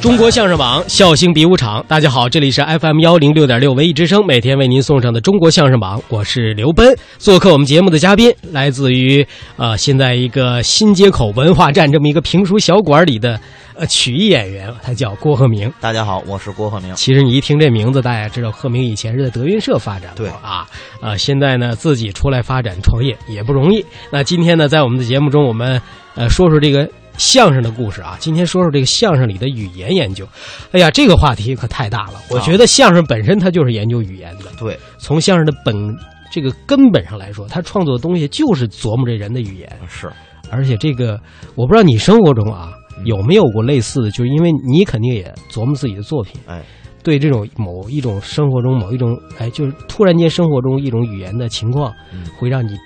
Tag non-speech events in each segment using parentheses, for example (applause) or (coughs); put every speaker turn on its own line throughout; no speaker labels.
中国相声榜，笑星比武场。大家好，这里是 FM 幺零六点六文艺之声，每天为您送上的中国相声榜，我是刘奔。做客我们节目的嘉宾，来自于呃，现在一个新街口文化站这么一个评书小馆里的呃曲艺演员，他叫郭鹤鸣。
大家好，我是郭鹤鸣。
其实你一听这名字，大家知道贺明以前是在德云社发展过
对
啊，呃，现在呢自己出来发展创业也不容易。那今天呢，在我们的节目中，我们呃说说这个相声的故事啊。今天说说这个相声里的语言研究。哎呀，这个话题可太大了。我觉得相声本身它就是研究语言的，
对，
从相声的本这个根本上来说，他创作的东西就是琢磨这人的语言。
是
而且这个，我不知道你生活中啊
嗯
有没有过类似的，就是因为你肯定也琢磨自己的作品，
哎，
对这种某一种生活中某一种，哎，就是突然间生活中一种语言的情况
嗯，
会让你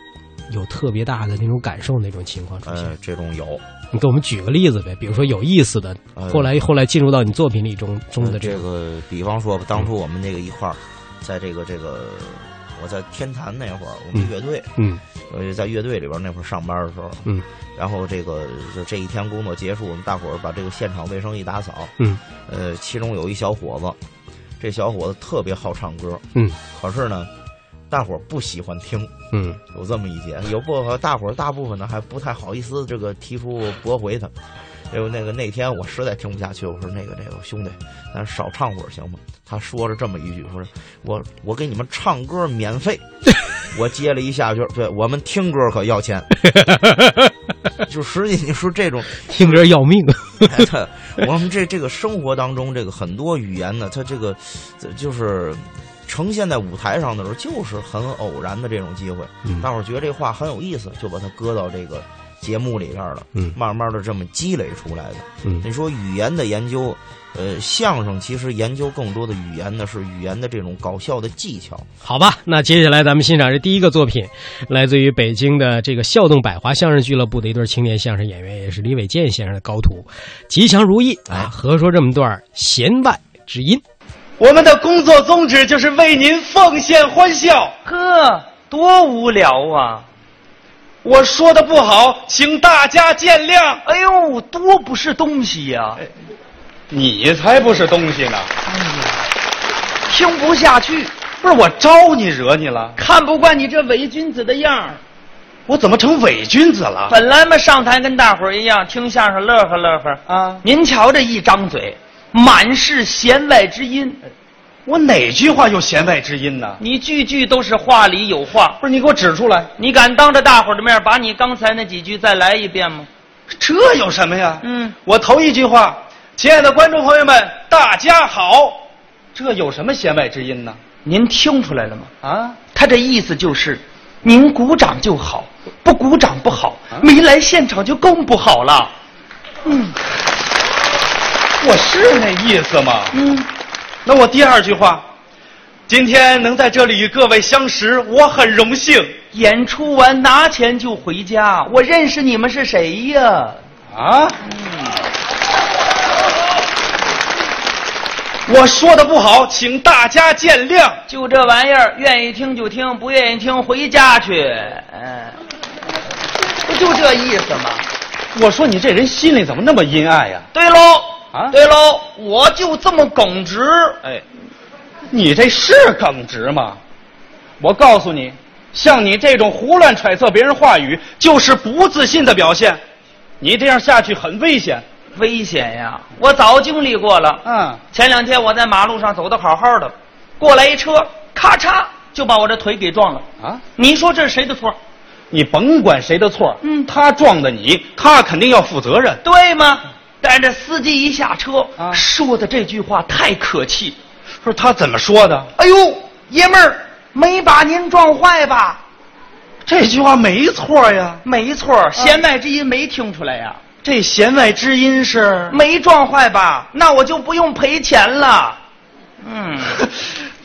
有特别大的那种感受那种情况出现。
呃，这种有
你给我们举个例子呗，比如说有意思的，
呃
后来后来进入到你作品里中中的
呃
这
这
个，
个，比方说当初我们那个一块儿，在这个这个，我在天坛那会儿，我们
嗯
乐队，
嗯
我就在乐队里边那会儿上班的时候，
嗯，
然后这个就这一天工作结束，我们大伙儿把这个现场卫生一打扫，
嗯，
呃，其中有一小伙子，这小伙子特别好唱歌，
嗯，
可是呢，大伙儿不喜欢听，
嗯
有这么一节，有不和大伙儿大部分呢还不太好意思这个提出驳回他。哎呦，那个那天我实在听不下去，我说那个那个兄弟，咱少唱会儿行吗？他说了这么一句，说我我给你们唱歌免费，我接了一下句，对我们听歌可要钱，就实际你说这种， (laughs)
听着要命，啊
哎他我们这这个生活当中这个很多语言呢，它这个这就是呈现在舞台上的时候，就是很偶然的这种机会。
嗯
大伙儿觉得这话很有意思，就把它搁到这个节目里边了。
嗯
慢慢的这么积累出来的。
嗯
你说语言的研究，呃，相声其实研究更多的语言呢是语言的这种搞笑的技巧。
好吧，那接下来咱们欣赏这第一个作品，来自于北京的这个孝动百华相声俱乐部的一对青年相声演员，也是李伟健先生的高徒，吉祥如意
哎
啊，合说这么段弦外之音。
我们的工作宗旨就是为您奉献欢笑。
呵，多无聊啊！
我说的不好，请大家见谅。哎
哎呦，多不是东西呀、哎
你才不是东西呢！
听不下去，
不是我招你惹你了？
看不惯你这伪君子的样儿。
我怎么成伪君子了？
本来嘛，上台跟大伙儿一样听相声，乐呵乐呵
啊
您瞧这一张嘴，满是弦外之音，
我哪句话有弦外之音呢？
你句句都是话里有话。
不是你给我指出来，
你敢当着大伙儿的面把你刚才那几句再来一遍吗？
这有什么呀？
嗯，
我头一句话，亲爱的观众朋友们，大家好，这有什么弦外之音呢？
您听出来了吗？
啊，
他这意思就是，您鼓掌就好，不鼓掌不好
啊，
没来现场就更不好了。嗯
我是那意思吗？
嗯，
那我第二句话，今天能在这里与各位相识，我很荣幸
演出完拿钱就回家，我认识你们是谁呀？嗯
啊。我说的不好，请大家见谅。
就这玩意儿，愿意听就听，不愿意听回家去。嗯，不就这意思吗？
我说你这人心里怎么那么阴暗呀、
对喽，
啊
对喽，我就这么耿直。
哎，你这是耿直吗？我告诉你，像你这种胡乱揣测别人话语，就是不自信的表现。你这样下去很危险。
危险呀！我早经历过了。
嗯，
前两天我在马路上走的好好的，过来一车，咔嚓就把我这腿给撞了。
啊。
你说这是谁的错？
你甭管谁的错，
嗯
他撞的你，他肯定要负责任。
对吗？但是这司机一下车，
啊
说的这句话太可气。
说他怎么说的？
哎呦，爷们儿，没把您撞坏吧？
这句话没错呀，
没错，弦外之音没听出来呀、
这弦外之音是。
没撞坏吧？那我就不用赔钱了。嗯，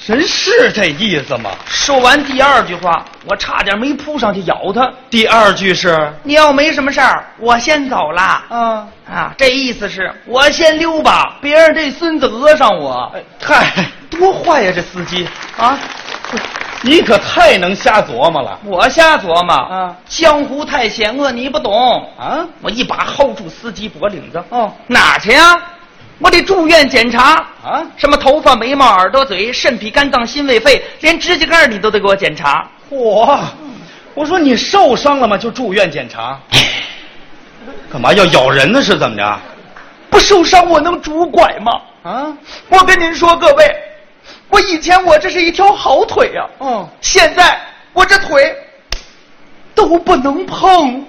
真是这意思吗？
说完第二句话，我差点没扑上去咬他。
第二句是，
你要没什么事儿，我先走了。
啊，
啊，这意思是我先溜吧，别让这孙子讹上我。
哎嗨，多坏呀、这司机，
啊，
你可太能瞎琢磨了
我瞎琢磨，
啊
江湖太险恶，你不懂。
啊！
我一把薅住司机脖领子，
哦
哪儿去呀、我得住院检查
啊
什么头发、眉毛、耳朵、嘴、肾、脾、肝脏、心、胃、肺，连指甲盖儿你都得给我检查。
嚯，我说你受伤了吗？就住院检查，干嘛要咬人呢？是怎么着？
不受伤我能拄拐吗？
啊，
我跟您说，各位，我以前我这是一条好腿呀、
哦，
现在我这腿都不能碰。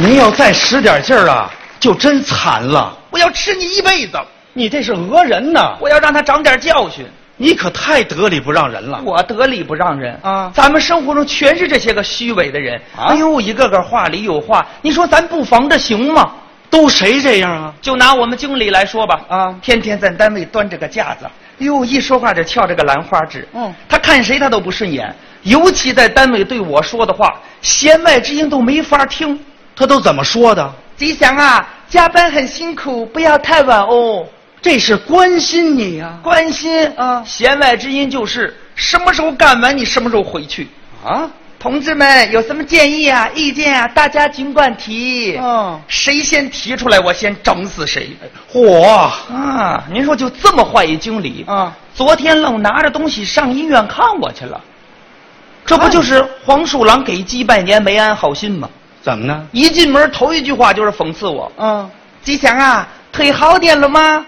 您要再使点劲儿啊，就真残了。
我要吃你一辈子，
你这是讹人呐！
我要让他长点教训。
你可太得理不让人了。
我得理不让人
啊
咱们生活中全是这些个虚伪的人。
啊
哎呦，一个个话里有话，你说咱不防着行吗？
都谁这样啊？
就拿我们经理来说吧，
啊
天天在单位端着个架子，哎呦，一说话就翘着个兰花指。
嗯
他看谁他都不顺眼，尤其在单位对我说的话，弦外之音都没法听。
他都怎么说的？
吉祥啊，加班很辛苦，不要太晚哦。
这是关心你呀、
关心
啊
弦外之音就是什么时候干完你什么时候回去。
啊！
同志们有什么建议啊、意见啊，大家尽管提。
嗯
谁先提出来，我先整死谁。
嚯！
啊，您说就这么坏一经理
啊！
昨天愣拿着东西上医院看我去了，这不就是黄鼠狼给鸡拜年没安好心吗？
怎么呢？
一进门头一句话就是讽刺我
啊，：“
吉祥啊，腿好点了吗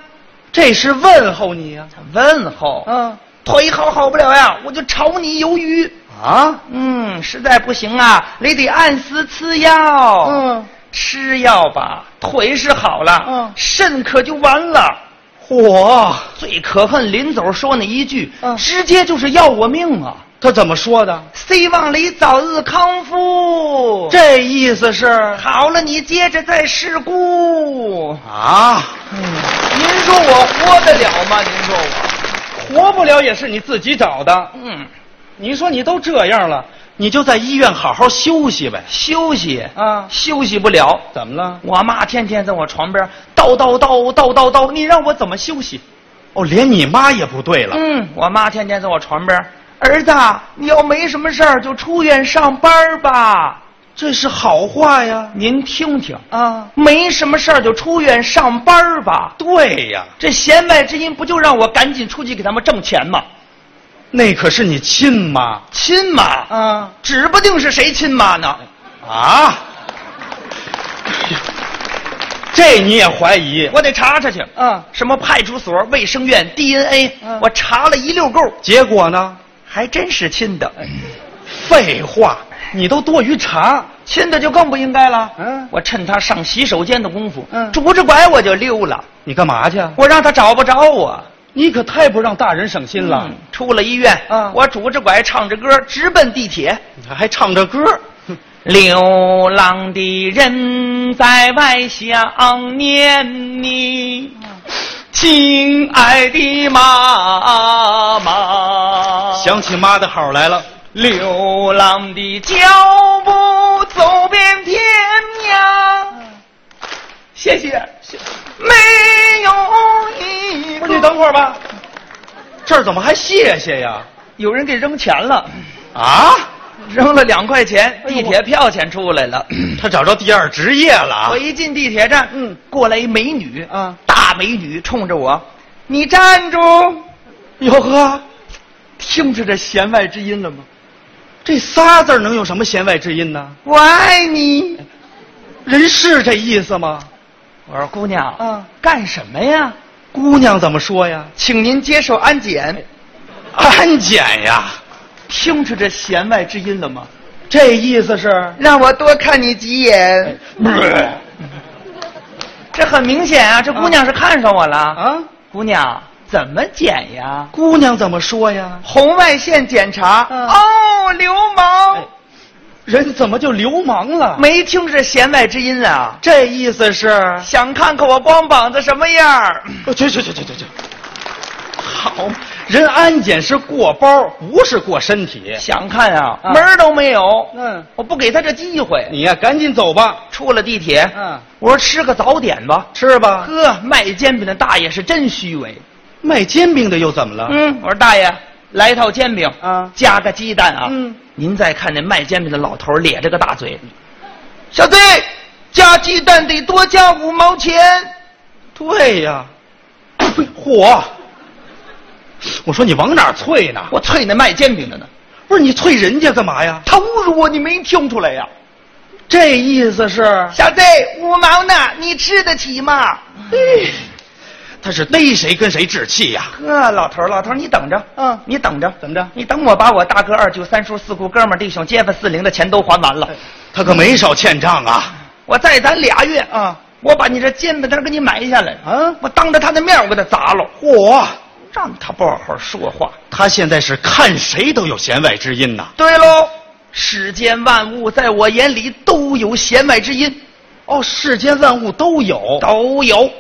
这是问候你呀、？”
问候，
啊。
啊嗯腿好好不了呀，我就炒你鱿鱼。
啊
嗯，实在不行啊，你得按时吃药。
嗯，
吃药吧，腿是好了，
嗯
肾可就完了。
嚯！
最可恨临走说那一句，
嗯
直接就是要我命啊！
他怎么说的？
希望你早日康复。
这意思是
好了，你接着再试故。
啊，
您说我活得了吗？您说我？
活不了也是你自己找的。
嗯，
你说你都这样了，你就在医院好好休息呗。
休息
啊
休息不了。
怎么了？
我妈天天在我床边叨叨叨叨叨叨，你让我怎么休息？
哦，连你妈也不对了。
嗯， (clears throat) 我妈天天在我床边儿，儿子，你要没什么事儿就出院上班儿吧。
这是好话呀。
您听听，
啊，
没什么事儿就出院上班儿吧。
对呀，
这弦外之音不就让我赶紧出去给他们挣钱吗？
那可是你亲妈。
亲妈，
啊
指不定是谁亲妈呢。
啊！哎这你也怀疑？
我得查查去。
嗯
什么派出所、卫生院、DNA，、
嗯
我查了一溜够，
结果呢？哎
还真是亲的。
废话，你都多余查。
亲的就更不应该了。
嗯
我趁他上洗手间的功夫，
嗯
拄着拐我就溜了，
你干嘛去？啊？
我让他找不着我。
你可太不让大人省心了
嗯，出了医院，
嗯
我拄着拐唱着歌，直奔地铁。
还唱着歌。
流浪的人在外想念你，亲爱的妈妈。
想起妈的好来了。
流浪的脚步走遍天涯，谢谢，没有一个
不是，你等会儿吧，这儿怎么还谢谢呀？
有人给扔钱了，
啊，
扔了两块钱，
哎呦
地
我
铁票钱出来了。
(clears throat) 他找着第二职业了啊
我！一进地铁站，
嗯，
过来一美女，
啊，
大美女冲着我，你站住！
哟呵，
听着这弦外之音了吗？
这仨字儿能有什么弦外之音呢？
我爱你。
人是这意思吗？
我说姑娘，
啊，
干什么呀？
姑娘怎么说呀？哎
请您接受安检。
安检呀，
听出这弦外之音了吗？
这意思是？
让我多看你几 (laughs) 眼。这很明显啊，这姑娘是看上我了。
啊，
姑娘怎么检呀？
姑娘怎么说呀？
红外线检查。
嗯
哦，流氓！
哎
人怎么就流氓了？
没听是弦外之音啊！
这意思是，
想看看我光膀子什么样儿？
哦去去去去去去，好嘛，人安检是过包，不是过身体。
想看啊，
啊
门儿都没有。
嗯，
我不给他这机会。
你呀、赶紧走吧。
出了地铁，
嗯，
我说吃个早点吧。
吃吧。
呵，卖煎饼的大爷是真虚伪。
卖煎饼的又怎么了？
嗯，我说大爷，来一套煎饼，
啊
加个鸡蛋啊。
嗯，
您再看那卖煎饼的老头儿咧着个大嘴，小子，加鸡蛋得多加五毛钱。
对
(clears throat)
呀、嚯！我说你往哪儿啐呢？
我啐那卖煎饼的呢，
不是你啐人家干嘛呀？
他侮辱我，你没听出来呀、
这意思是，
小子，五毛呢，你吃得起吗？
他是逮谁跟谁置气呀、
呵，老头儿，老头儿，你等着，
嗯
你等着，
怎么着
你等我把我大哥、二舅、三叔、四姑、哥们儿、弟兄、街坊、四邻的钱都还完了，
他可没少欠账啊！
我再攒俩月
啊，
我把你这煎饼摊儿给你买下来
啊
我当着他的面儿我给他砸了，
嚯！
让他不好好说话。
他现在是看谁都有弦外之音呐、
对喽，世间万物在我眼里都有弦外之音，
哦，世间万物都有。
都有。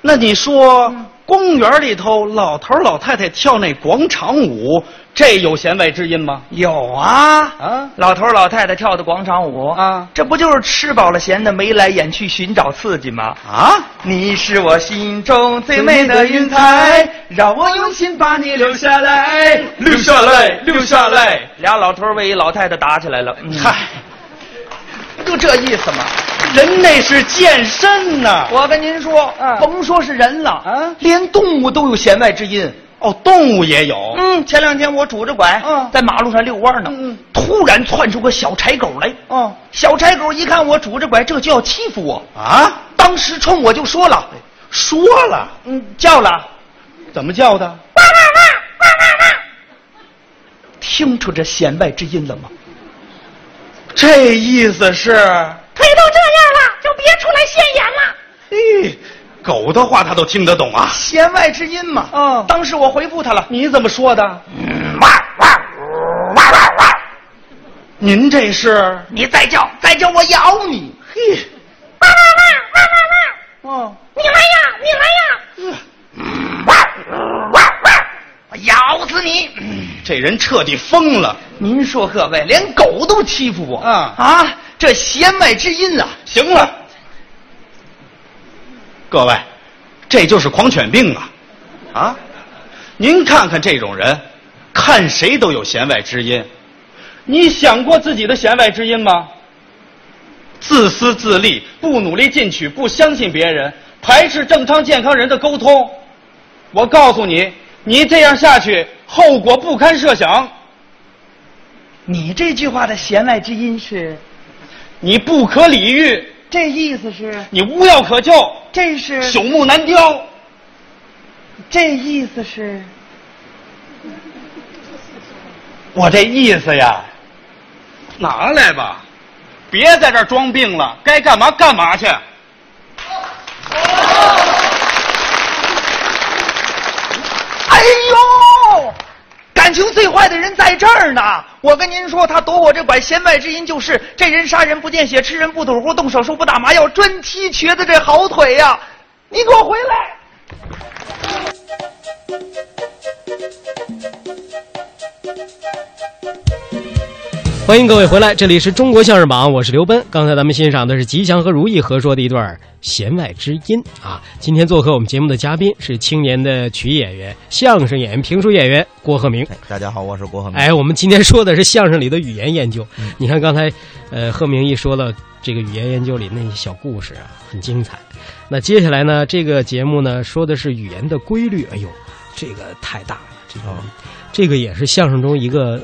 那你说，
嗯
公园里头老头老太太跳那广场舞，这有弦外之音吗？
有啊
啊
老头儿老太太跳的广场舞
啊
这不就是吃饱了闲的眉来眼去寻找刺激吗？
啊！
你是我心中最美的云彩，让我用心把你留下来，留下来，留下来。俩老头儿为一老太太打起来了，嗯
嗨，
就这意思嘛。
人那是健身呐、
我跟您说，
嗯
甭说是人了，
啊
连动物都有弦外之音。
哦，动物也有。
嗯，前两天我拄着拐，
嗯
在马路上遛弯呢，
嗯嗯
突然窜出个小柴狗来，
哦
小柴狗一看我拄着拐，这就要欺负我，
啊，
当时冲我就说了，
说了，
嗯，叫了。
怎么叫的？
听出这弦外之音了吗？
这意思是，
腿都这样了，就别出来现眼了。
嘿，狗的话他都听得懂啊。
弦外之音嘛。
嗯
当时我回复他了，
你怎么说的？嗯您这是？
你再叫，再叫我咬你。
嘿，
汪汪汪汪汪汪，
哦，
你来呀，你来呀！
我咬死你！
嗯这人彻底疯了。
您说各位，连狗都欺负我，
嗯
啊，这弦外之音啊！
行了，各位，这就是狂犬病啊！啊，您看看这种人，看谁都有弦外之音。你想过自己的弦外之音吗？自私自利，不努力进取，不相信别人，排斥正常健康人的沟通。我告诉你，你这样下去，后果不堪设想。
你这句话的弦外之音是
你不可理喻，
这意思是
你无药可救，
这是
朽木难雕。
这意思是
我这意思呀，拿来吧，别在这儿装病了，该干嘛干嘛去。
哎呦，感情最坏的人在这儿呢！我跟您说，他夺我这拐，弦外之音就是这人杀人不见血，吃人不吐乎，动手术不打麻药，专踢瘸子这好腿呀、你给我回来！
欢迎各位回来，这里是中国相声榜，我是刘奔。刚才咱们欣赏的是吉祥和如意合说的一段弦外之音啊。今天做客我们节目的嘉宾是青年的曲艺演员、相声演员、评书演员郭鹤鸣。
哎大家好，我是郭鹤鸣。
哎，我们今天说的是相声里的语言研究。
嗯
你看刚才，呃，贺明义说了这个语言研究里那些小故事啊，很精彩。那接下来呢，这个节目呢说的是语言的规律。哎呦，这个太大了，这个、
哦
这个也是相声中一个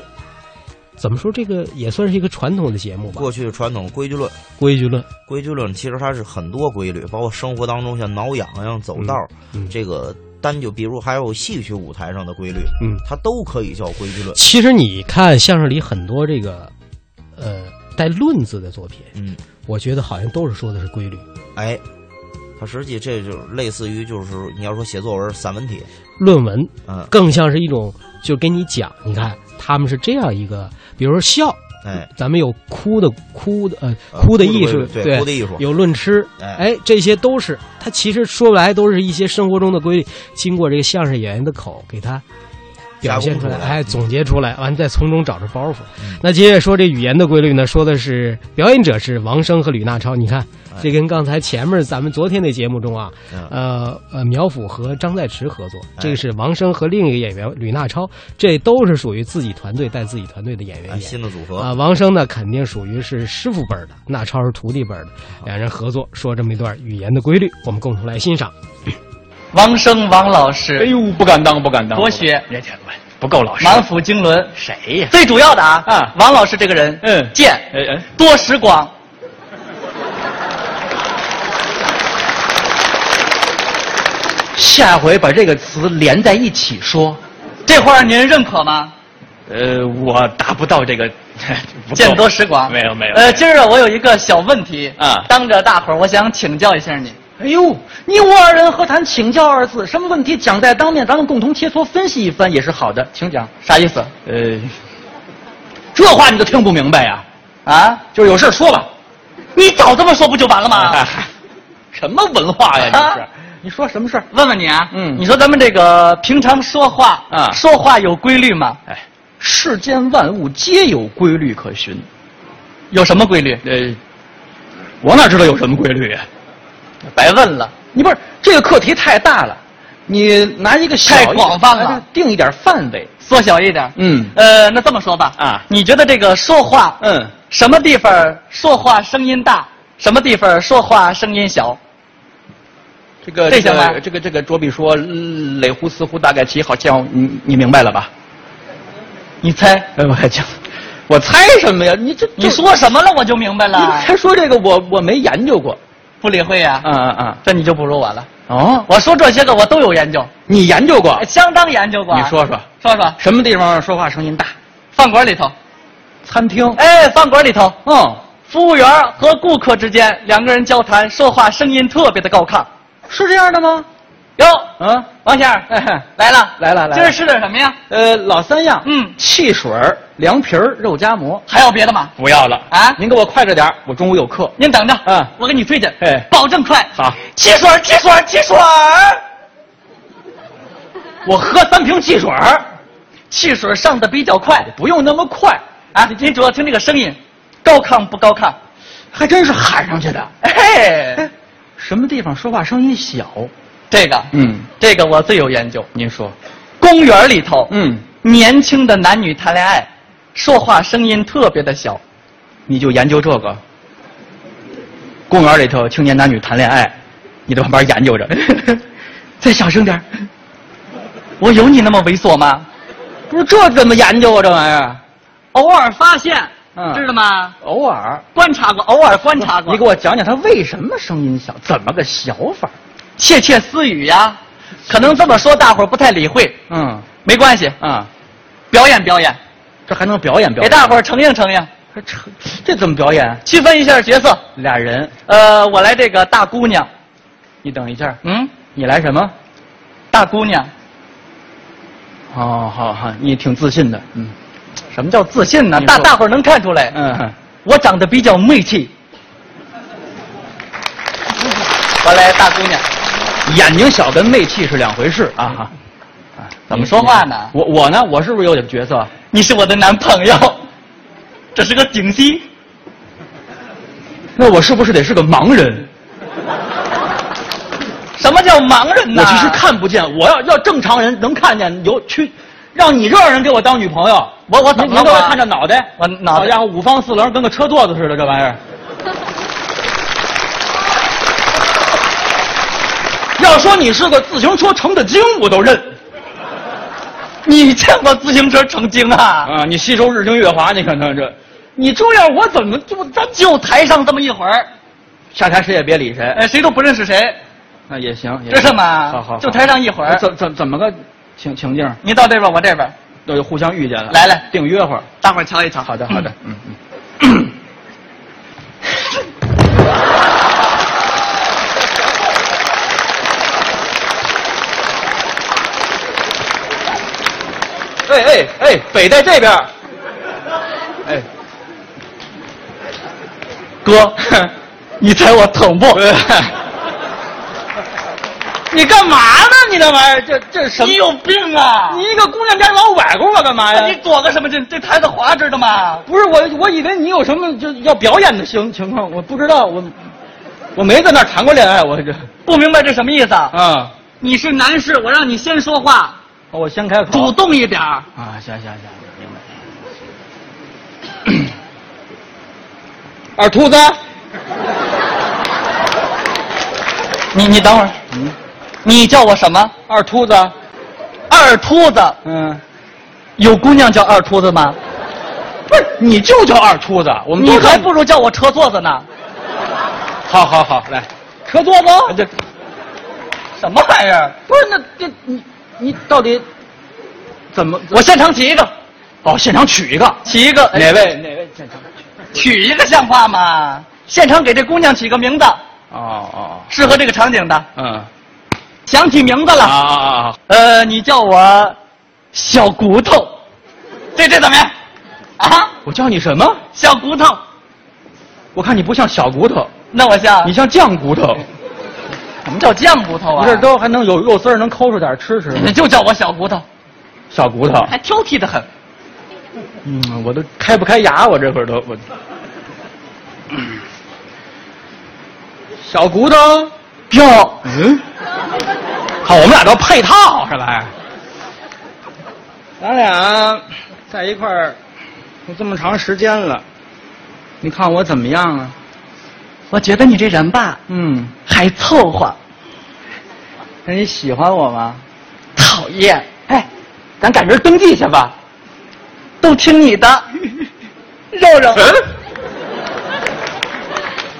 怎么说？这个也算是一个传统的节目吧
过。去传统规矩论，
规矩论，
规矩论其实它是很多规律，包括生活当中像挠痒痒、走道儿，
嗯嗯
这个单就比如还有戏曲舞台上的规律，
嗯
它都可以叫规矩论。
其实你看相声里很多这个，呃，带“论”字的作品，
嗯，
我觉得好像都是说的是规律。
哎，它实际这就是类似于就是你要说写作文散文体，
论文
嗯
更像是一种，就给你讲，你看他们是这样一个，比如说笑，
哎，
咱们有哭的哭的呃
呃
哭的
哭的
艺术，
对哭的艺术
有论吃，
哎
哎，这些都是它其实说来都是一些生活中的规律，经过这个相声演员的口给它表现出来，
加工出来
哎，总结出来，完再从中找出包袱。
嗯
那接着说这语言的规律呢，说的是表演者是王声和吕娜超，你看
哎
这跟刚才前面咱们昨天那节目中啊，
嗯
呃呃，苗阜和张在驰合作，这
哎
个是王声和另一个演员吕娜超，这都是属于自己团队带自己团队的演员
哎
演。
新的组合
啊，王声呢肯定属于是师傅辈儿的，那超是徒弟辈儿的，两人合作说这么一段语言的规律，我们共同来欣赏。
王生王老师，
哎呦，不敢当，不敢当。
博学，
不够老实。
满腹经纶。
谁呀？
最主要的啊，
啊
王老师这个人，
嗯
健，
哎哎，
多识广。下回把这个词连在一起说，这话您认可吗？
呃，我达不到这个，不够
见多识广，
没有没有。
呃，今儿啊，我有一个小问题
啊
当着大伙儿，我想请教一下你。
哎呦，你我二人何谈请教二字？什么问题讲在当面，咱们共同切磋分析一番也是好的，请讲。
啥意思？
呃，
这话你都听不明白呀、
啊？
就是有事儿说吧。
你早这么说不就完了吗？
什么文化呀？你是
啊？
你说什么事儿？
问问你啊，
嗯
你说咱们这个平常说话
啊
说话有规律吗？
哎，
世间万物皆有规律可循，
有什么规律？
呃，我哪知道有什么规律呀、
白问了。
你不是这个课题太大了，你拿一个小一哎
太广泛了，
定一点范围。
缩小一点。
嗯
呃，那这么说吧，
啊
你觉得这个说话，
嗯，
什么地
嗯
方说话声音大，什么地方说话声音小？
这个
这
这
行吧
个这个这个卓比说，嗯垒乎似乎大概其好像你你明白了吧？
你猜？
哎，我还讲，我猜什么呀？你这
你说什么了？我就明白
你
了。
还说这个我我没研究过。
不理会呀、
啊啊啊！
这你就不如我了。
哦，
我说这些个我都有研究，
你研究过？
相当研究过。
你说说，
说说，
什么地方说话声音大？
饭馆里头，
餐厅。
哎，饭馆里头，
嗯，
服务员和顾客之间两个人交谈，说话声音特别的高亢。
是这样的吗？
哟，
嗯，
王先生、
哎
来了，
来了来了
今儿吃点什么呀？
呃，老三样，
嗯
汽水儿、凉皮儿、肉夹馍。
还有别的吗？
不要了
啊
您给我快着点儿，我中午有课。
您等着，
嗯
我给你推荐，
哎
保证快。
好，
汽水儿，汽水儿，汽水儿，
我喝三瓶汽水儿，
汽水儿上的比较快
不用那么快，
啊！您主要听这个声音，高亢不高亢？
还真是喊上去的。
哎，
什么地方说话声音小？
这个，
嗯，
这个我最有研究。
您说。
公园里头，
嗯，
年轻的男女谈恋爱，说话声音特别的小。
你就研究这个。公园里头青年男女谈恋爱，你在旁边研究着。
(laughs) 再小声点儿，我有你那么猥琐吗？
不是这怎么研究啊？这玩意儿，
偶尔发现，
嗯
知道吗？
偶尔。
观察过，偶尔观察过。
你给我讲讲他为什么声音小，怎么个小法儿？
窃窃私语呀、可能这么说大伙儿不太理会，
嗯
没关系，
啊，
表演表演，
这还能表演表
给
演？
大伙儿承应承应，
还这这怎么表演？啊
区分一下角色。
俩人，
呃，我来这个大姑娘，
你等一下，
嗯，
你来什么？
大姑娘，
哦，好好，你挺自信的，嗯
什么叫自信呢？
你
大
说
大伙儿能看出来，
嗯，
我长得比较媚气。我来大姑娘，
眼睛小跟媚气是两回事啊。哈
怎么说话呢？
我我呢？我是不是有点角色？
你是我的男朋友，这是个顶西，
那我是不是得是个盲人？
什么叫盲人呢？
我其实看不见，我要要正常人能看见，有去，让你这样人给我当女朋友，
我我怎
您
么了
您都
我
是看着脑袋，
我脑袋
好家伙五方四棱跟个车垛子似的，这玩意
(laughs)
儿。要说你是个自行车成的精，我都认
你见过自行车成精啊？
啊！你吸收日精月华，你看看这，
你这样我怎么就咱就台上这么一会儿，
下台谁也别理谁。
哎，谁都不认识谁，
那也行，也
知道吗？
行好好，好
就台上一会儿，
怎怎怎么个情情境？
你到这边，我这边，
就互相遇见了，
来来
定约会儿。
大伙儿瞧一瞧。
好的，
(clears throat)
好的，嗯嗯。
(laughs)
哎哎哎，北在这边儿。哎，
(laughs)
哥，你踩我疼不？ (laughs) 你干嘛呢？你那玩意儿，这这什么？
你有病啊！
你一个姑娘该往我拐过我啊干嘛呀？
你躲个什么劲？这台子滑知道吗？
不是我，我以为你有什么就要表演的情情况，我不知道，我我没在那儿谈过恋爱，我这
不明白这什么意思啊？
啊，哦
你是男士，我让你先说话，
我先开口，
主动一点儿。
啊，行行行，明白。二秃子，
你你等会儿，你叫我什么？
嗯二秃子，
二秃子？
嗯，
有姑娘叫二秃子吗？
不是，你就叫二秃子，我们
你
都叫
还不如叫我车座子呢。
好好好，来，啊
车座子？
这
什么玩意儿？
不是那这你你到底怎么？
我现场起一个，哦，现场取一个，
起一个
哪位
哪位正常？
取一个像话吗？现场给这姑娘起个名字，
哦哦，
适合这个场景的。
嗯
想起名字了，
啊啊啊！
呃，你叫我小骨头，这这怎么样？啊，
我叫你什么？
小骨头，
我看你不像小骨头，
那我叫
你像酱骨头。
什么叫酱骨头啊？
这都还能有肉丝儿，能抠出点儿吃吃。
你 (laughs) 就叫我小骨头，
小骨头，
还挑剔的很。
嗯，我都开不开牙，我这会儿都 (laughs) 我。小骨头，
哟，
嗯，好，我们俩都配套是吧？咱俩在一块儿都这么长时间了，你看我怎么样啊？
我觉得你这人吧，
嗯，
还凑合，
那你喜欢我吗？
讨厌。哎，咱赶明儿登记去吧，都听你 (laughs) 的。肉肉，
嗯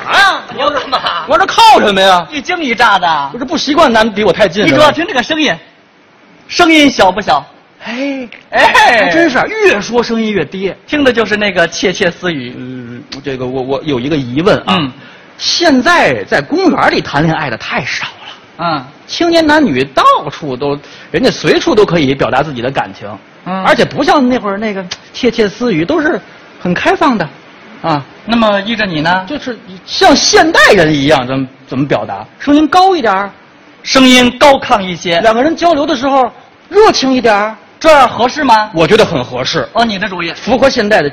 啊，
你要干 (laughs) 嘛？
我这靠什么呀？
一惊一乍的
我。这不习惯男离我太近
你
是
主要
吧？
听这个声音，声音小不小？
哎
哎，
还真是，啊越说声音越低。
听的就是那个窃窃私语。
嗯，这个我我有一个疑问啊，
嗯
现在在公园里谈恋爱的太少了，
嗯
青年男女到处都，人家随处都可以表达自己的感情，
嗯
而且不像那会儿那个窃窃私语，都是很开放的，啊，
那么依着你呢？
就是像现代人一样，怎么怎么表达？声音高一点儿，
声音高亢一些，
两个人交流的时候热情一点儿，
这样合适吗？
我觉得很合适，
哦，你的主意，
符合现代的，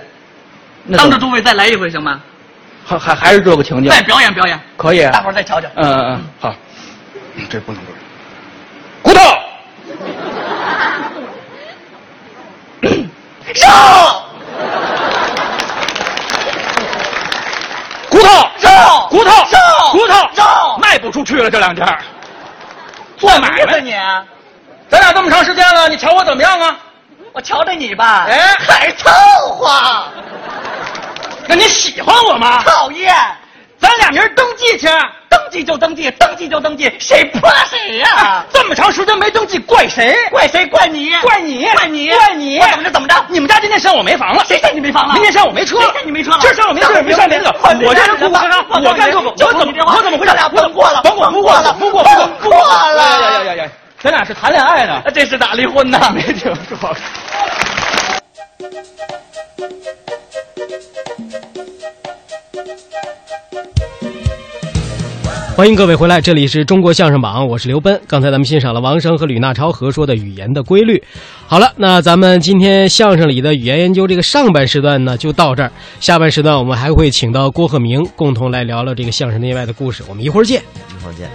那
当
种
着诸位再来一回行吗？
还还还是这个情景，
再表演表演，
可以啊，
大伙儿再瞧瞧。
嗯嗯嗯，好，这不能不能。骨头，
(coughs) 肉
骨头，
肉
骨头，
肉
骨头，
肉
卖不出去了，这两天儿
做买卖你，
咱俩这么长时间了，你瞧我怎么样啊？
我瞧着你吧，
哎
还凑合，
那你喜欢我吗？
讨厌，
咱俩明儿登记去。
登记就登记，登记就登记，谁怕谁呀、
哎这么长时间没登记，怪谁？
怪谁？怪你？
怪你
怪你？
怪你
我怎么着？怎么着？
你们家今天嫌我没房了，
谁嫌你没房了？啊
明天嫌我没车了
谁嫌你没车了？
今儿嫌我没地儿没上那个
换别
我这人哭哭
换别
啥
换
我干这个
别就
我怎么
你这话
我怎么回事
咱俩甭过了，
甭管不
甭过
过
了，
不过
甭
不
过
呀
了。
呀呀呀呀！咱俩是谈恋爱呢。
这是咋离婚呢？没听说。
欢迎各位回来，这里是中国相声榜，我是刘奔。刚才咱们欣赏了王声和吕娜超合说的语言的规律。好了，那咱们今天相声里的语言研究这个上半时段呢，就到这儿。下半时段我们还会请到郭鹤鸣共同来聊聊这个相声内外的故事。我们一会儿见。
一会儿见。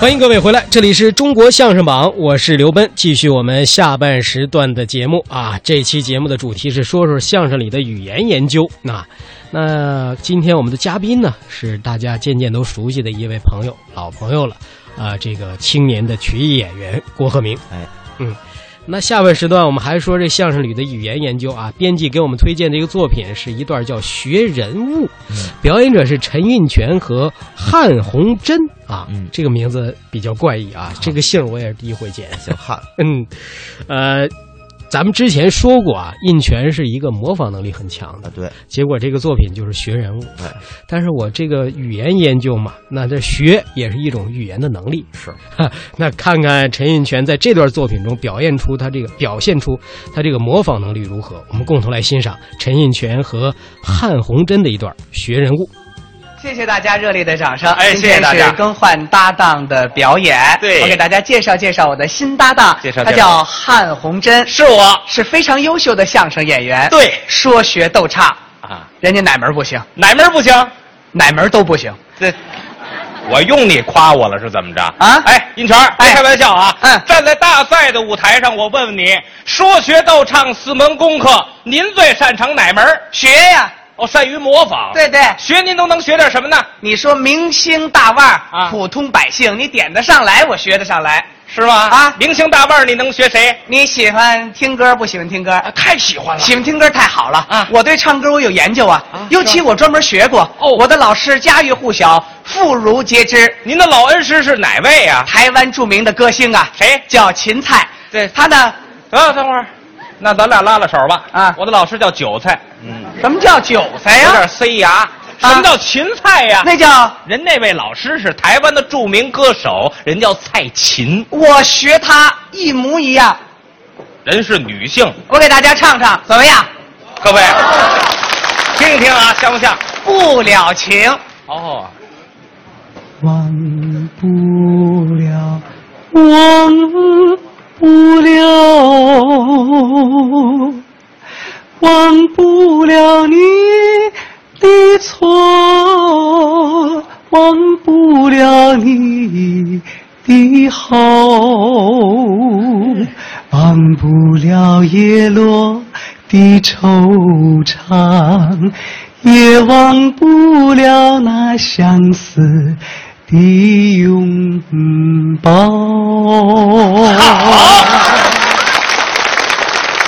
欢迎各位回来，这里是中国相声榜，我是刘奔，继续我们下半时段的节目啊。这期节目的主题是说说相声里的语言研究。那那今天我们的嘉宾呢，是大家渐渐都熟悉的一位朋友，老朋友了啊、这个青年的曲艺演员郭鹤鸣。
哎，
嗯。那下半时段我们还说这相声里的语言研究啊，编辑给我们推荐的一个作品是一段叫《学人物》，
嗯
表演者是陈印泉和汉红珍啊，
嗯啊
这个名
(laughs)
字比较怪异啊，这个姓儿我也是第一回见。
姓汉，
嗯，呃，咱们之前说过啊，印泉是一个模仿能力很强的
啊，，对，
结果这个作品就是学人物。
哎，
但是我这个语言研究嘛，那这学也是一种语言的能力。
是
哈，那看看陈印泉在这段作品中表现出他这个表现出他这个模仿能力如何。我们共同来欣赏陈印泉和汉红珍的一段学人物。
谢谢大家热烈的掌声！
哎谢谢大家
今天是更换搭档的表演，
对
我给大家介绍介绍我的新搭档，
介绍
他
介绍
叫汉红珍，
是我
是非常优秀的相声演员，
对
说学逗唱，
啊，
人家哪门儿不行，
哪门儿不行？
哪门儿都不行。
这我用你夸我了是怎么着？
啊
哎，银泉儿，别
哎
开玩笑啊！
嗯
站在大赛的舞台上，我问问你，说学逗唱四门功课，您最擅长哪门儿？
学呀，
我、善于模仿。
对对，
学您都能学点什么呢？
你说明星大腕儿、
啊
普通百姓，你点得上来，我学得上来。
是吗？
啊
明星大腕儿，你能学谁？啊
你喜欢听歌不喜欢听歌？
太喜欢
喜欢听歌太好了
啊
我对唱歌我有研究啊，尤其我专门学过。
哦
我的老师家喻户晓，妇孺皆知，
您的老恩师是哪位呀、
台湾著名的歌星啊，
谁
叫芹菜。
对
他呢，
啊，等会儿，那咱俩拉拉手吧。
啊嗯
我的老师叫韭菜，
什么叫韭菜
有
呀、啊
点塞牙。什么叫芹菜呀、
那叫
人那位老师是台湾的著名歌手，人叫蔡琴，
我学他一模一样。
人是女性。
我给大家唱唱，怎么样？
各位，听一听啊，像不像？
不了情，
哦，
忘不了，忘不了，忘不了你的错，忘不了你的好，忘不了叶落的惆怅，也忘不了那相思的拥抱。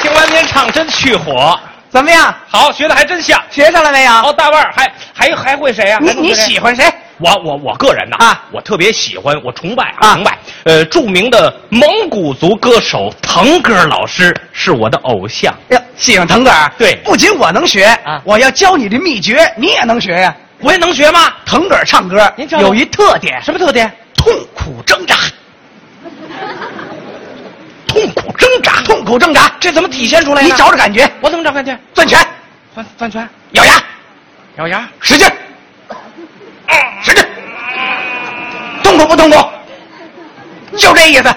听完您唱真去火，
怎么样？
好，学的还真像。
学上了没有？
好，大腕儿还还哎还会谁呀、啊
你
还能
你
会谁
喜欢谁？
我我我个人呐
啊
我特别喜欢，我崇拜
啊
崇拜。呃，著名的蒙古族歌手腾格尔老师是我的偶像。
呀，喜欢腾格尔。
哎对
啊
啊
不仅我能学，我要教你这秘诀，你也能学呀。
我也能学吗？
腾格尔唱歌
您教我
有一特点，
什么特点？
痛苦挣 (laughs) 扎，
痛苦挣扎。
痛苦挣扎，
这怎么体现出来呢？
你找找感觉，
我怎么找感觉？
攥拳，
翻翻拳，
咬牙，
咬牙。
使劲，使劲，痛苦不痛苦？就这意思，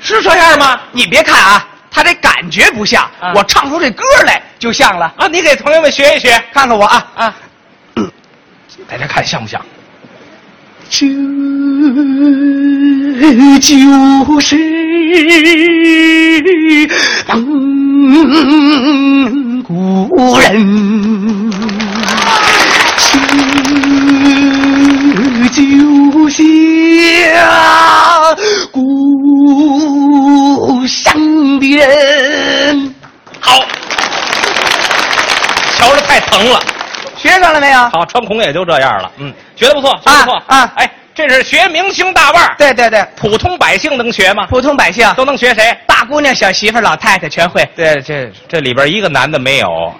是这样吗？你别看啊，他这感觉不像，
啊
我唱出这歌来就像了。
啊，你给朋友们学一学
看看我啊，
啊！大家看像不像？
这就是蒙古人，这就像故乡的人。
好，瞧着太疼了。
学上了没有？
好，穿孔也就这样了。嗯，学的不错，学的不错
啊啊
哎，这是学明星大腕儿，
对对对，
普通百姓能学吗？
普通百姓，
都能学谁？
大姑娘、小媳妇、老太太全会，
这这这里边一个男的没
啊
有，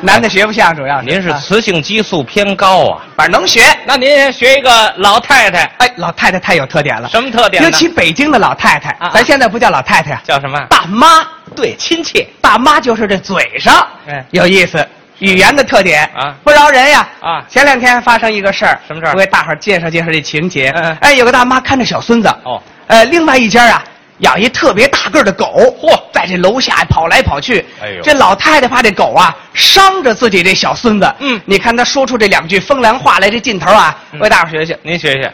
男的学不像，主要
您是
啊
雌性激素偏高啊。
反正能学。
那您先学一个呃老太太，
哎，老太太太有特点了，
什么特点呢？
尤其北京的老太太，
啊啊
咱现在不叫老太太，
叫什么？
大妈。
对，亲切。
大妈就是这嘴上，
哎
有意思，语言的特点
啊
不饶人呀
啊
前两天发生一个事儿，
什么事儿
我给大伙儿介绍介绍这情节。
嗯嗯
哎，有个大妈看着小孙子，
哦，
呃，另外一家啊养一特别大个儿的狗，嚯，在这楼下跑来跑去。
哎呦
这老太太怕这狗啊伤着自己这小孙子，
嗯
你看她说出这两句风凉话来，这劲头啊，
嗯
我给大伙儿学学。
您学学。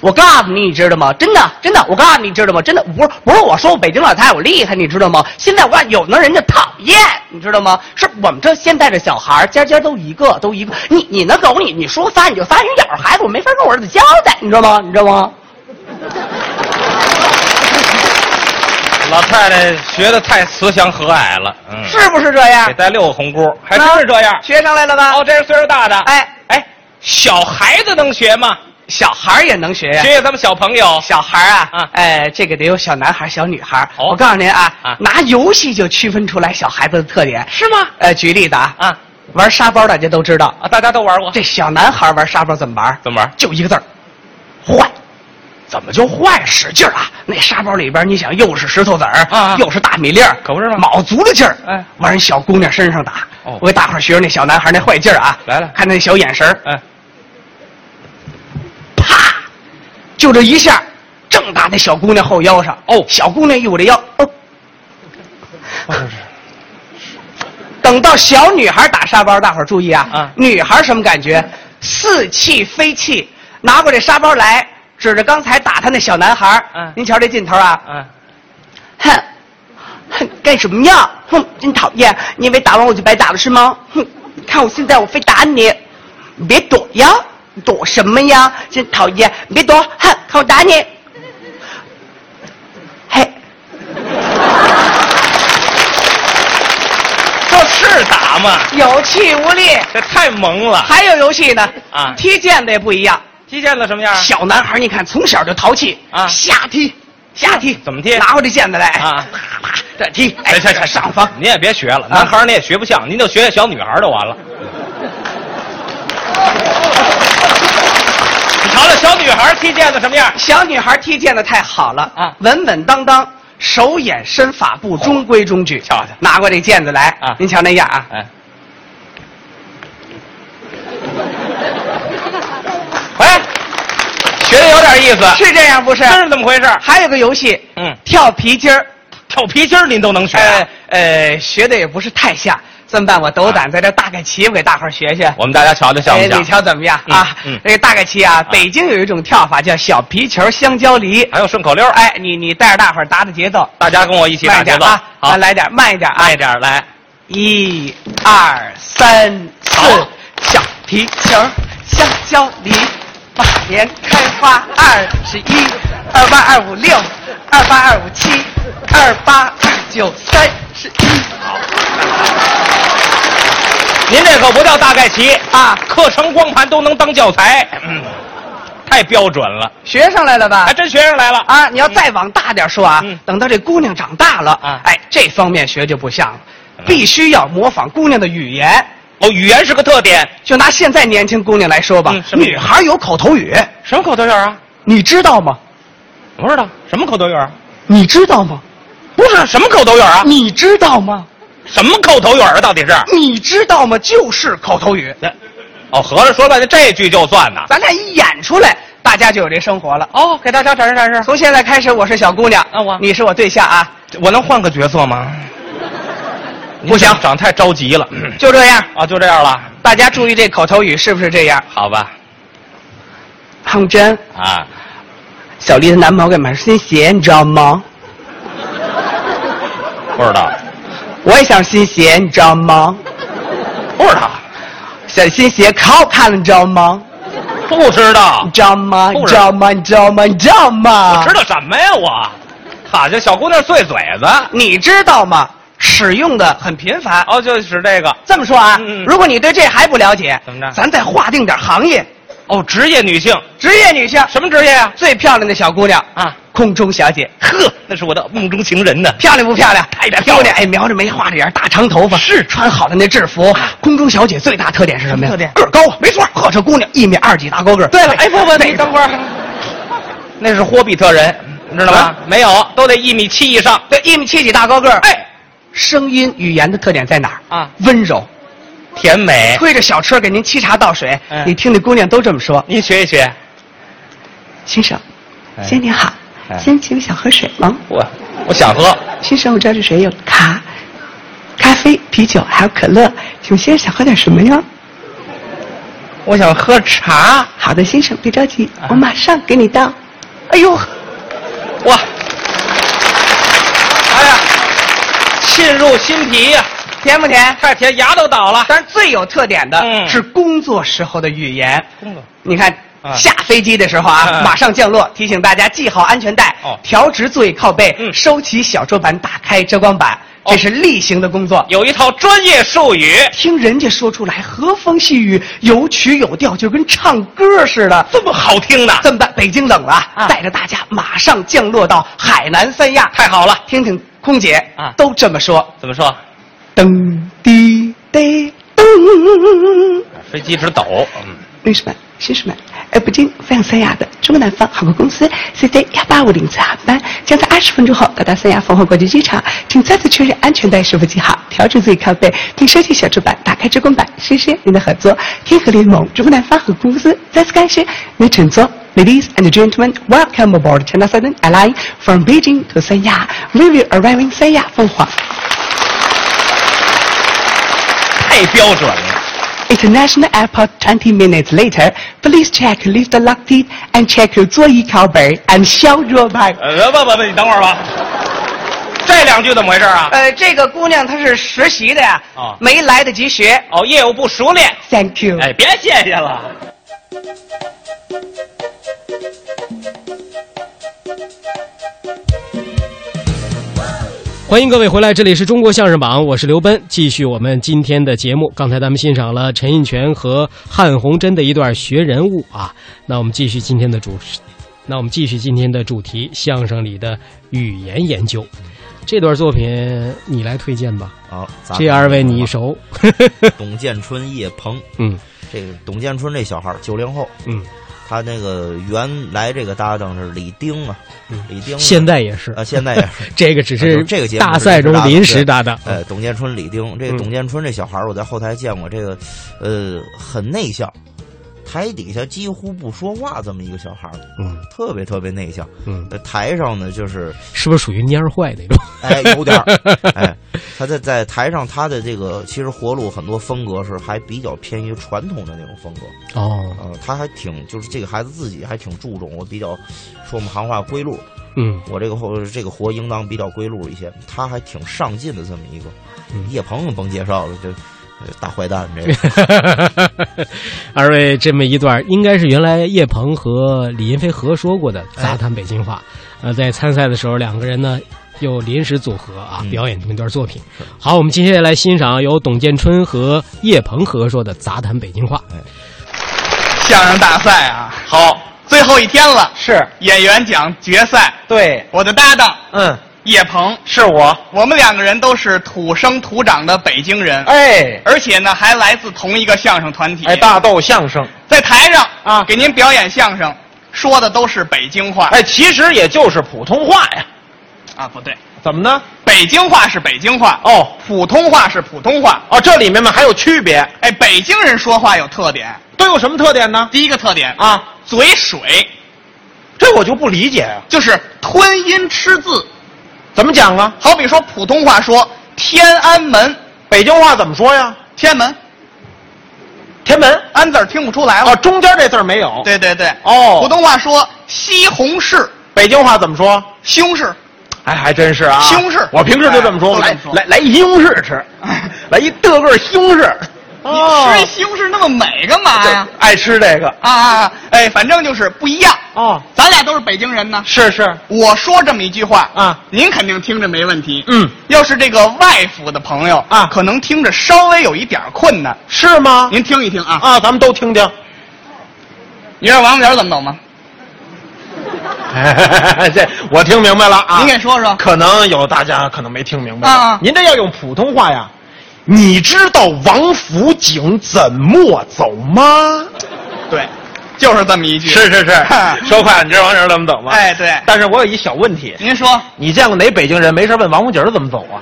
我告诉你，你知道吗？真的，真的，我告诉你，知道吗？真的，不是不是，我说我北京老太太我厉害，你知道吗？现在我告诉你有的人家讨厌，你知道吗？是我们这现在这小孩儿，家家都一个，都一个。你你那狗，你你说仨你就仨，你咬着孩子，我没法跟我儿子交代，你知道吗？你知道吗？
老太太学的太慈祥和蔼了，嗯，
是啊不是这样
给？带六个红箍，还真是这样。
学上来了吧？
哦，这是岁数大的。
哎
哎，小孩子能学吗？
小孩儿也能学呀。
学学咱们小朋友，
小孩儿啊，
啊
哎，这个得有小男孩、小女孩。
哦
我告诉您啊，
啊
拿游戏就区分出来小孩子的特点。
是吗？
呃，举例子啊，
啊
玩沙包大家都知道，
啊，大家都玩过，
这小男孩玩沙包怎么玩？
怎么玩？
就一个字儿，坏。怎么就坏？使劲儿啊！那沙包里边，你想又是石头子儿，
啊啊
又是大米粒儿，
可不是吗
卯足了劲儿，
哎
往人小姑娘身上打。
哦
我给大伙儿学学那小男孩那坏劲儿啊！
来了
看他那小眼神儿，
哎，
啪，就这一下，正打那小姑娘后腰上。
哦
小姑娘一捂这腰，哦，等到小女孩打沙包，大伙儿注意啊，
啊
女孩什么感觉？似气非气，拿过这沙包来，指着刚才打她那小男孩儿，
嗯
您瞧这劲头啊，
嗯，
哼，哼，干什么呀？哼，真讨厌！你以为打完我就白打了是吗？哼，看我现在我非打你！你别躲呀，你躲什么呀？真讨厌！你别躲，哼，看我打你！嘿，
(laughs) 这是打吗？
有气无力。
这太萌了！
还有游戏呢，
啊
踢毽子也不一样。
踢毽子什么样？
小男孩，你看从小就淘气
啊
瞎踢，瞎踢，
怎么踢
拿回这毽子来
啊
啪啪这踢，哎
哎，啊这这
上方。
您也别学了，男孩儿你也学不像，您就学学小女孩儿就完了。你瞧瞧小女孩儿踢毽子什么样？
小女孩踢毽子太好了
啊哦
稳稳当当，手眼身法步，中规中矩。
瞧瞧
拿过这毽子来
啊
您瞧那样啊， (laughs)
哎，哎，学的有点意思，
是这样不是？
是怎么回事？
还有个游戏，
嗯
跳皮筋儿，
跳皮筋儿您都能学啊？
呃呃，学的也不是太像。这么办，我斗胆在这大概齐，我给大伙儿学学。
啊我们大家瞧瞧像
哎，
不像？
你瞧怎么样
嗯
啊
嗯？
这个大概齐啊，北京有一种跳法叫小皮球香蕉梨。
还有顺口溜儿，哎，
哎，你你带着大伙儿打打节奏，
大家跟我一起
慢
打
一
节
点
奏，
啊，
好
咱，来点慢一点啊，
慢一点儿来。
一二三四
好，
小皮球儿，香蕉梨，马年开花二十一，二八二五六，二八二五七，二八二九三十一
您这可不叫大概齐，
啊，
课程光盘都能当教材，嗯太标准了，
学上来了吧
还？真学上来了
啊，你要再往大点说啊
嗯，
等到这姑娘长大
啊嗯
了，哎，这方面学就不像了，必须要模仿姑娘的语言。
哦，语言是个特点，
就拿现在年轻姑娘来说吧
嗯，什么
女孩有口头语，
什么口头语啊？
你知道吗？
不知道什么口头语啊？
你知道吗？
不是什么口头语啊？
你知道吗？
什么口头语啊？到底是？
你知道吗？就是口头语，
哦，合着说半天这句就算呐？
咱俩一演出来，大家就有这生活了。
哦，给大家展示展示。
从现在开始，我是小姑娘，
啊我
你是我对象啊，
我能换个角色吗？
不行
您长太着急了。嗯
就这样。
啊，就这样了，
大家注意这口头语是不是这样？
好吧？
抗真，
啊，
小丽的男朋友给买双新鞋，你知道吗？
不知道，
我也想新鞋，你知道吗？
不啊知道，
想新鞋可好看了，你知道吗？
不知道
你，知道吗？你
不
知
知道
道吗？你知道吗？你知道吗？
知道什么呀？我，好家伙，小姑娘碎嘴子。
你知道吗？使用的很频繁。
哦，就是这个
这么说啊，
嗯嗯
如果你对这还不了解，
怎么着
咱再划定点行业，
哦，职业女性
职业女性
什么职业呀、
最漂亮的小姑娘
啊，
空中小姐，
呵，那是我的梦中情人呢。
漂亮不漂亮？
太漂亮
姑娘哎，描着眉，画着眼，大长头发，是穿好了那制服。空中小姐最大特点是什么
啊
呀？
什么特点
个儿高啊，没错。呵，这姑娘一米二几，大高个儿。
对了，哎，不不，
那
你等会儿，那是霍比特人，你知道吗
啊？
没有，都得一米七以上。
对，一米七几，大高个儿。，
哎，
声音语言的特点在哪儿
啊
温柔，
甜美，
推着小车给您沏茶倒水
嗯。
你听那姑娘都这么说。
您学一学。
先生，
哎
先你好，
哎
先请想喝水吗？
我我想喝，
先生，我知道这水有咖、咖啡、啤酒，还有可乐。请问先生想喝点什么呀？
我想喝茶。
好的，先生，别着急，我马上给你倒。啊哎呦，
哇，哎呀，沁入心脾呀、
甜不甜？
太甜，牙都倒了。
但是最有特点的
嗯
是工作时候的语言。
工作
你看
啊，
下飞机的时候啊，
嗯
马上降落，提醒大家系好安全带
哦，
调直座椅靠背，
嗯
收起小桌板，打开遮光板。
这是例行的工作。
哦有一套专业术语，
听人家说出来，和风细雨，有曲有调，就跟唱歌似的。
这么好听的，
这么办？北京冷了，
啊
带着大家马上降落到海南三亚。
太好了。
听听空姐
啊
都这么说。
怎么说？
噔滴滴噔。
飞机直抖。嗯，
女士们、先生们，呃，北京飞向三亚的中国南方航空公司 CC 幺八五零次航班将在二十分钟后到达三亚凤凰国际机场，请再次确认安全带是否系好，调整自己靠背，并收起小桌板，打开遮光板，谢谢您的合作。天河联盟中国南方航空公司再次感谢您的乘坐。Ladies and gentlemen, welcome aboard China Southern Airlines from Beijing to Sanya. We will arrive in Sanya, 凤凰
太标准了。
International Airport 20 minutes later. Please check lift lock seat and check your 座椅靠背 and 小桌板。
呃，不不不，你等会儿吧。这两句怎么回事啊？
呃，这个姑娘她是实习的呀，
啊
没来得及学。
哦，业务不熟练。
Thank you。
哎，别谢谢了。
欢迎各位回来，这里是中国相声榜，我是刘奔，继续我们今天的节目。刚才咱们欣赏了陈印泉和汉红珍的一段学人物啊，那我们继续今天的主持，那我们继续今天的主题，相声里的语言研究。这段作品你来推荐吧，
啊，咱
这
们
二位你
(laughs)
熟，
董建春、叶鹏，
嗯
这个董建春这小孩儿九零后，
嗯，
他那个原来这个搭档是李丁啊，李丁呢
嗯现在也是
啊，，现在也
(laughs)
是
这个只
啊就是是这个节目
大赛中
是
临时搭档，
呃，董建春、李丁，这
嗯
个董建春这小孩儿，我在后台见过，这个呃很内向，台底下几乎不说话，这么一个小孩儿，
嗯
特别特别内向。
嗯，
呃台上呢，就是
是不是属于蔫儿坏那种？
哎，有点儿，哎，他在在台上他的这个其实活路很多风格是还比较偏于传统的那种风格，
哦，
啊，他还挺就是这个孩子自己还挺注重，我比较说我们行话归路，
嗯
我这个活这个活应当比较归路一些，他还挺上进的这么一个，
嗯
叶鹏甭介绍了，这呃大坏蛋这个
(laughs) 二位这么一段，应该是原来叶鹏和李云飞合说过
哎
的杂谈北京话。呃，在参赛的时候，两个人呢又临时组合啊，
嗯
表演这么一段作品。好，我们接下来欣赏由董建春和叶鹏合说的杂谈北京话。
哎
相声大赛啊，好，最后一天了，
是
演员奖决赛。
对，
我的搭档
嗯，
叶鹏，
是我。
我们两个人都是土生土长的北京人，
哎
而且呢还来自同一个相声团体。
哎，大逗相声，
在台上
啊
给您表演相声，说的都是北京话。
哎，其实也就是普通话呀。
啊，不对，
怎么呢？
北京话是北京话，
哦
普通话是普通话。
哦，这里面嘛还有区别，
哎，北京人说话有特点，
都有什么特点呢？
第一个特点，
啊，
嘴水，
这我就不理解啊呀、
就是吞音吃字。
怎么讲啊？
好比说普通话说天安门，
北京话怎么说呀？
天安门，
天门。
安字儿听不出来了。
哦，中间这字儿没有。，
对对对，
哦
普通话说西红柿，
北京话怎么说？
西红柿，
哎，还真是啊。
西红柿
我平时就这么说，
哎
来
都这么说
来来一西红柿吃，来一的个西红柿。
哦
哦
你吃西红柿那么美干嘛呀？
爱吃这个。
啊啊，啊哎，反正就是不一样。
哦，
咱俩都是北京人呢。
是是。
我说这么一句话
啊
您肯定听着没问题。
嗯，
要是这个外府的朋友
啊
可能听着稍微有一点困难。
是吗？
您听一听啊，
啊，咱们都听听。 (laughs)
你知道王八点怎么走吗？
这我听明白了啊。
您给说说。
可能有大家可能没听明白吧
啊啊
您这要用普通话呀。你知道王府井怎么走吗？
对，就是这么一句。，
是是是说快了，你知道王府井怎么走吗？
哎对
但是我有一小问题，
您说，
你见过哪北京人没事问王府井怎么走啊？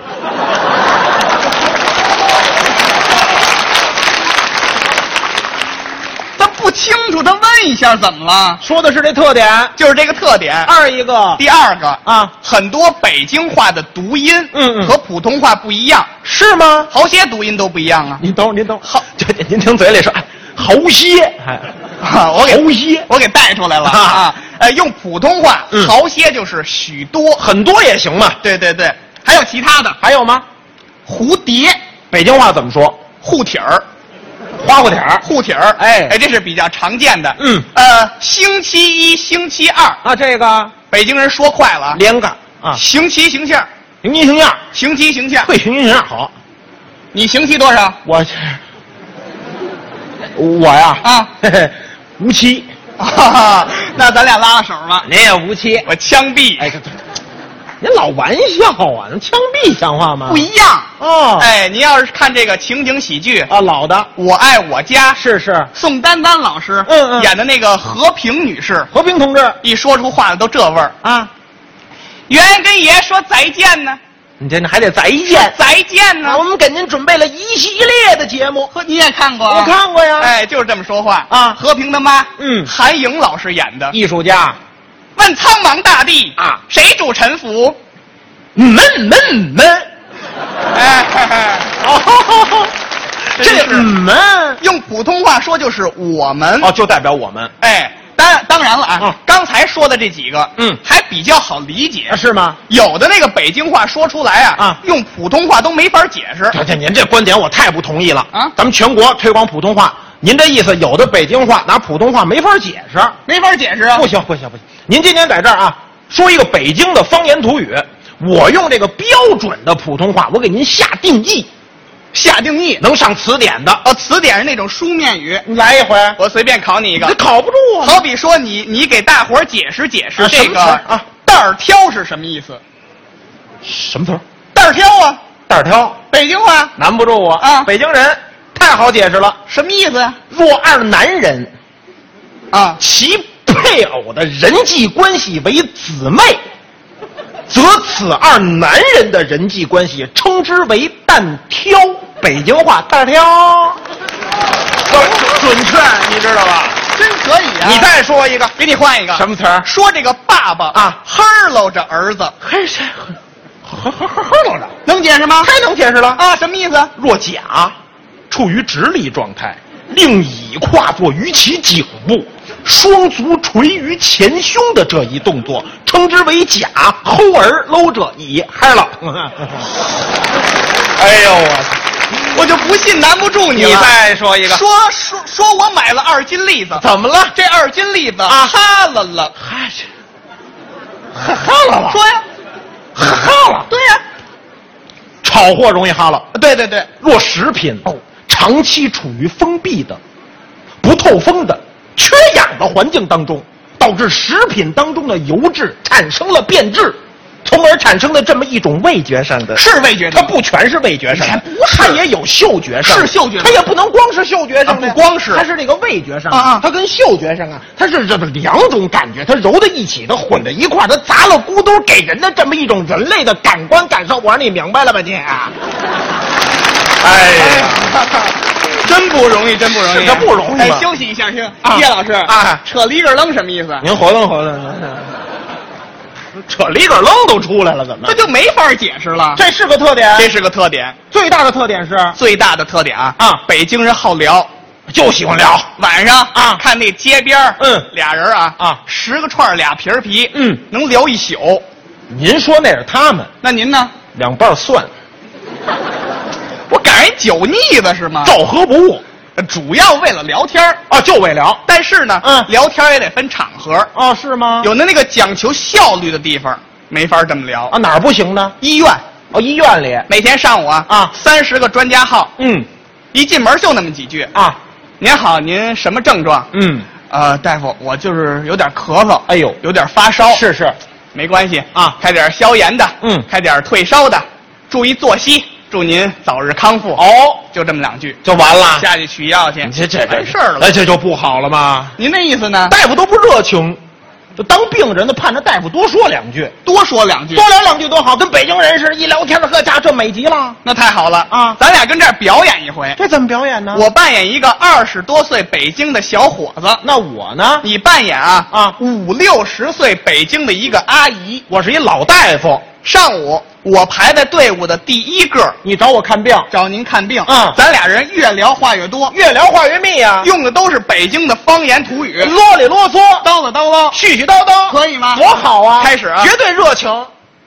他不清楚，他问一下怎么了？
说的是这特点。
就是这个特点。
二一个
第二个
啊，
很多北京话的读音，
嗯嗯
和普通话不一样，
是吗？
好些读音都不一样啊。
您等会儿，您等会儿，好，您听嘴里说，哎，猴蝎，哎，
啊我给
猴蝎，
我给带出来了啊
啊！
呃，用普通话，
嗯
好些就是许多，
很多也行嘛。
对对对，还有其他的，
还有吗？
蝴蝶、
北京话怎么说？
护体儿、
花瓜点儿
护体儿，
哎
哎，这是比较常见的。
嗯
呃，星期一、星期二，
啊，这个
北京人说快了啊，
连杆啊，
星期星期二，
行斤行两，
行七行欠，
会行斤行两好。
你刑期多少
我这我呀
啊？
嘿嘿， (laughs) 无期，
啊，那咱俩拉拉手吧。
您也哎无期。
我枪毙，
哎，这这，您老玩笑啊？能枪毙像话吗？
不一样。
哦，
哎，您要是看这个情景喜剧《
啊，老的
我爱我家》，
是是，
宋丹丹老师
嗯嗯
演的那个和平女士，
和平同志
一说出话来都这味儿。
啊，
原跟爷说再见呢，
你这还得再见。
再见呢
我。们给您准备了一系列的节目，
呵，你也看过？
我。看过呀。，
哎，就是这么说话
啊
和平他妈，
嗯
韩颖老师演的。
艺术
(laughs)
家，
问苍茫大地
啊
谁主沉浮？
闷闷闷，
哎，嘿嘿
哦，
真
这
是
闷
用普通话说就是我们。
哦，就代表我们
哎，当当然了啊，
啊
刚才说的这几个，
嗯
还比较好理解。
啊是吗？
有的那个北京话说出来啊，
啊
用普通话都没法解释。
哎这这您这观点我太不同意了
啊
咱们全国推广普通话，您这意思有的北京话拿普通话没法解释，
没法解释啊！
不行不行不行！您今天在这儿啊，说一个北京的方言土语，我用这个标准的普通话，我给您下定义，
下定义
能上词典的，
哦，词典是那种书面语。
你来一回，
我随便考你一
你这
个，
考不住我。
好比说你你给大伙儿解释解释
啊
这
什么
个
词儿啊
袋儿挑是什么意思？
什么词儿？
袋儿挑啊，
袋儿挑，
北京话
难不住我
啊
北京人太好解释了，
什么意思呀？
若二男人
啊，
其配偶的人际关系为姊妹，则此二男人的人际关系称之为“蛋挑”，北京话“蛋挑”，准准确，你知道吧？
真可以啊！
你再说一个
给你换一个
什么词儿？
说这个爸爸
啊
嘿儿搂着儿子，
嘿，谁？呵呵呵呵，老张，
能解释吗？
太能解释了！
啊，什么意思？
若甲处于直立状态，令乙跨坐于其颈部，双足垂于前胸的这一动作，称之为甲。齁儿搂着乙，嗨了。 (laughs) 哎呦我，
我就不信难不住你了。
你再说一个
说说说我买了二斤栗子，
怎么了？
这二斤栗子
啊
哈了了，
嗨，哈哈了了，
说呀，
哈哈了。
对呀，
炒货容易哈了。
对对对，
若食品哦长期处于封闭的、不透风的、缺氧的环境当中，导致食品当中的油脂产生了变质，从而产生的这么一种味觉上的。
是味觉
它
的，
不全是味觉上的，
还不是
它也有嗅觉上的，
是嗅觉上
它也不能光是嗅觉上的呀，
啊不光是
它是这个味觉上的
啊啊
它跟嗅觉上啊，它是这么两种感觉，它揉在一起的，混在一块儿它砸了咕嘟，给人的这么一种人类的感官感受。我说你明白了吧，你、啊哎呀，
(laughs) 真不容易，真不容易，
是这不容易
哎，
吧
休息一下，休息
啊。
叶老师
啊
扯里个楞什么意 (laughs) 思？
您活动活动， (laughs) 扯里个楞都出来了，怎么
这？就没法解释了。
这是个特点，
这是个特点，
最大的特点是
最大的特点啊！
啊
北京人好聊，
就喜欢聊。
晚上
啊
看那街边儿
嗯
俩人啊
啊
十个串儿俩皮儿皮，
嗯
能聊一宿。
您说那是他们
那您呢？
两瓣蒜，
我赶人酒腻子是吗？
照喝不误
主要为了聊天儿
啊，就为聊。
但是呢，
嗯
聊天儿也得分场合，
哦，是吗
有的那个讲求效率的地方没法这么聊
啊，。哪儿不行呢？
医院
哦，医院里。
每天上午啊
啊
三十个专家号，
嗯
一进门就那么几句。
啊，
您好，您什么症状？
嗯，
呃，大夫，我就是有点咳嗽，
哎呦
有点发烧，
是是，
没关系
啊
开点消炎的，
嗯
开点退烧的，注意作息，祝您早日康复。，
哦，
就这么两句，
就完了。
下去取药去，
这这
完事儿了
那。这就不好了吗？
您那意思呢？
大夫都不热情，就当病人的盼着大夫多说两句，
多说两句
多，聊两句多好，跟北京人似的，一聊天呵家这美极了。
那太好了
啊
咱俩跟这儿表演一回，
这怎么表演呢？
我扮演一个二十多岁北京的小伙子，
那我呢？
你扮演啊
啊
五六十岁北京的一个阿姨。
我是一老大夫，
上午我排在队伍的第一个，
你找我看病，
找您看病。
嗯
咱俩人越聊话越多，
越聊话越密呀、
用的都是北京的方言土语，
啰里啰嗦，
叨叨叨叨，
絮絮叨叨，
可以吗
多好啊！
开始啊
绝对热情。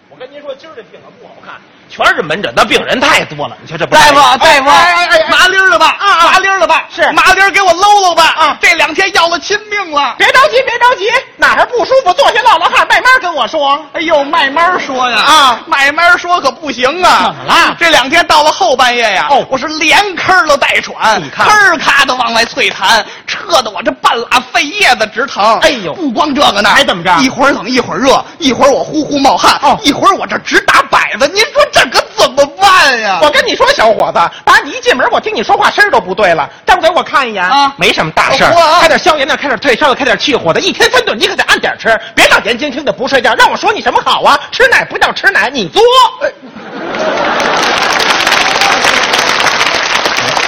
我跟您说，今儿这病可不好看，全是门诊，那病人太多了。你瞧这不
大夫
哎
大夫
哎哎哎，
麻溜儿了吧？啊，麻溜儿了吧？
是
麻溜儿给我搂搂吧？啊，这两天要了亲命了。
别着急，别着急，哪儿不舒服，坐下唠唠嗑，慢慢跟我
我说
哎呦，慢慢说呀！
啊，慢慢说可不行啊！
怎么了
这两天到了后半夜呀，
哦
我是连吭儿都带喘，
看
吭儿咔的往外啐痰，撤得我这半拉肺叶子直疼。
哎呦
不光这个呢，
还怎么着
一会儿冷一会儿热，一会儿我呼呼冒汗，
哦
一会儿我这直打摆子，您说这可怎么办呀？
我跟你说，小哎伙子，打你一进门，我听你说话声儿都不对了。张嘴我看一眼，
啊
没什么大事儿
我啊，
开点消炎的，开点退烧的，开点去火的，一天三顿你可得按点儿吃，别老眼睛听的不睡觉。让我说你什么好啊？吃奶不叫吃奶，你作。
哎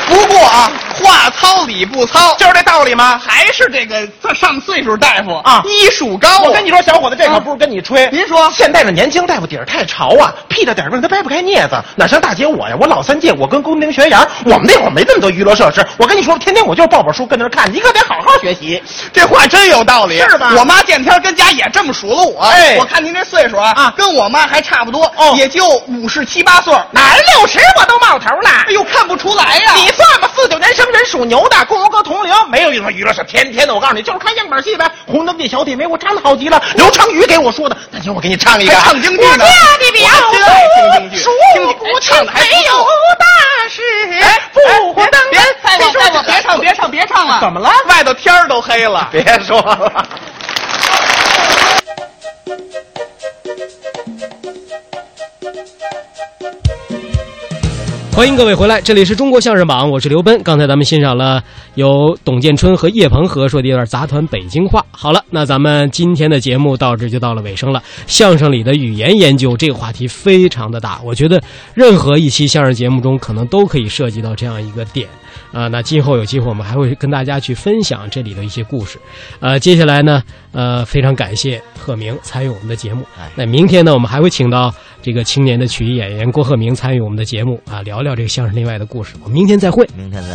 不过啊，话糙理不糙，
就是这道理吗？
还是这个这上岁数大夫
啊
医术高啊。
我跟你说，小伙子，这
啊
可不是跟你吹。
您说
现在的年轻大夫底儿太潮啊，屁大点儿问他掰不开镊子，哪像大姐我呀？我老三届，我跟宫廷学园，我们那会儿没这么多娱乐设施。我跟你说，天天我就是抱本书跟那儿看，你可得好好学习。
这话真有道理，
是吧
我妈见天儿跟家也这么数落我。
哎
我看您这岁数啊，
啊
跟我妈还差不多，
哦
也就五十七八岁儿。
哪儿六十我都冒头了。
哎呦，看不出来呀、
你算吧，四九年生人属牛的，跟我哥同龄，没有一个娱乐是天天的。我告诉你，就是看样板戏呗，《红灯记》《小姐妹》，我唱的好极了。刘成宇给我说的，大姐，我给你唱一个。
还唱京剧呢？
你别我
听京剧，京剧哎唱的还不错。哎
大事，不活灯
别再我再我别唱别唱别唱了！
怎么了
外头天儿都黑了。
别说了。
欢迎各位回来，这里是中国相声榜，我是刘奔。刚才咱们欣赏了由董建春和叶鹏和说的一段杂谈北京话。好了，那咱们今天的节目到这就到了尾声了。相声里的语言研究这个话题非常的大，我觉得任何一期相声节目中可能都可以涉及到这样一个点。啊、那今后有机会我们还会跟大家去分享这里的一些故事。呃，接下来呢，呃，非常感谢贺明参与我们的节目。那明天呢，我们还会请到这个青年的曲艺演员郭鹤鸣参与我们的节目啊，聊聊这个相声另外的故事。我们明天再会。
明天再。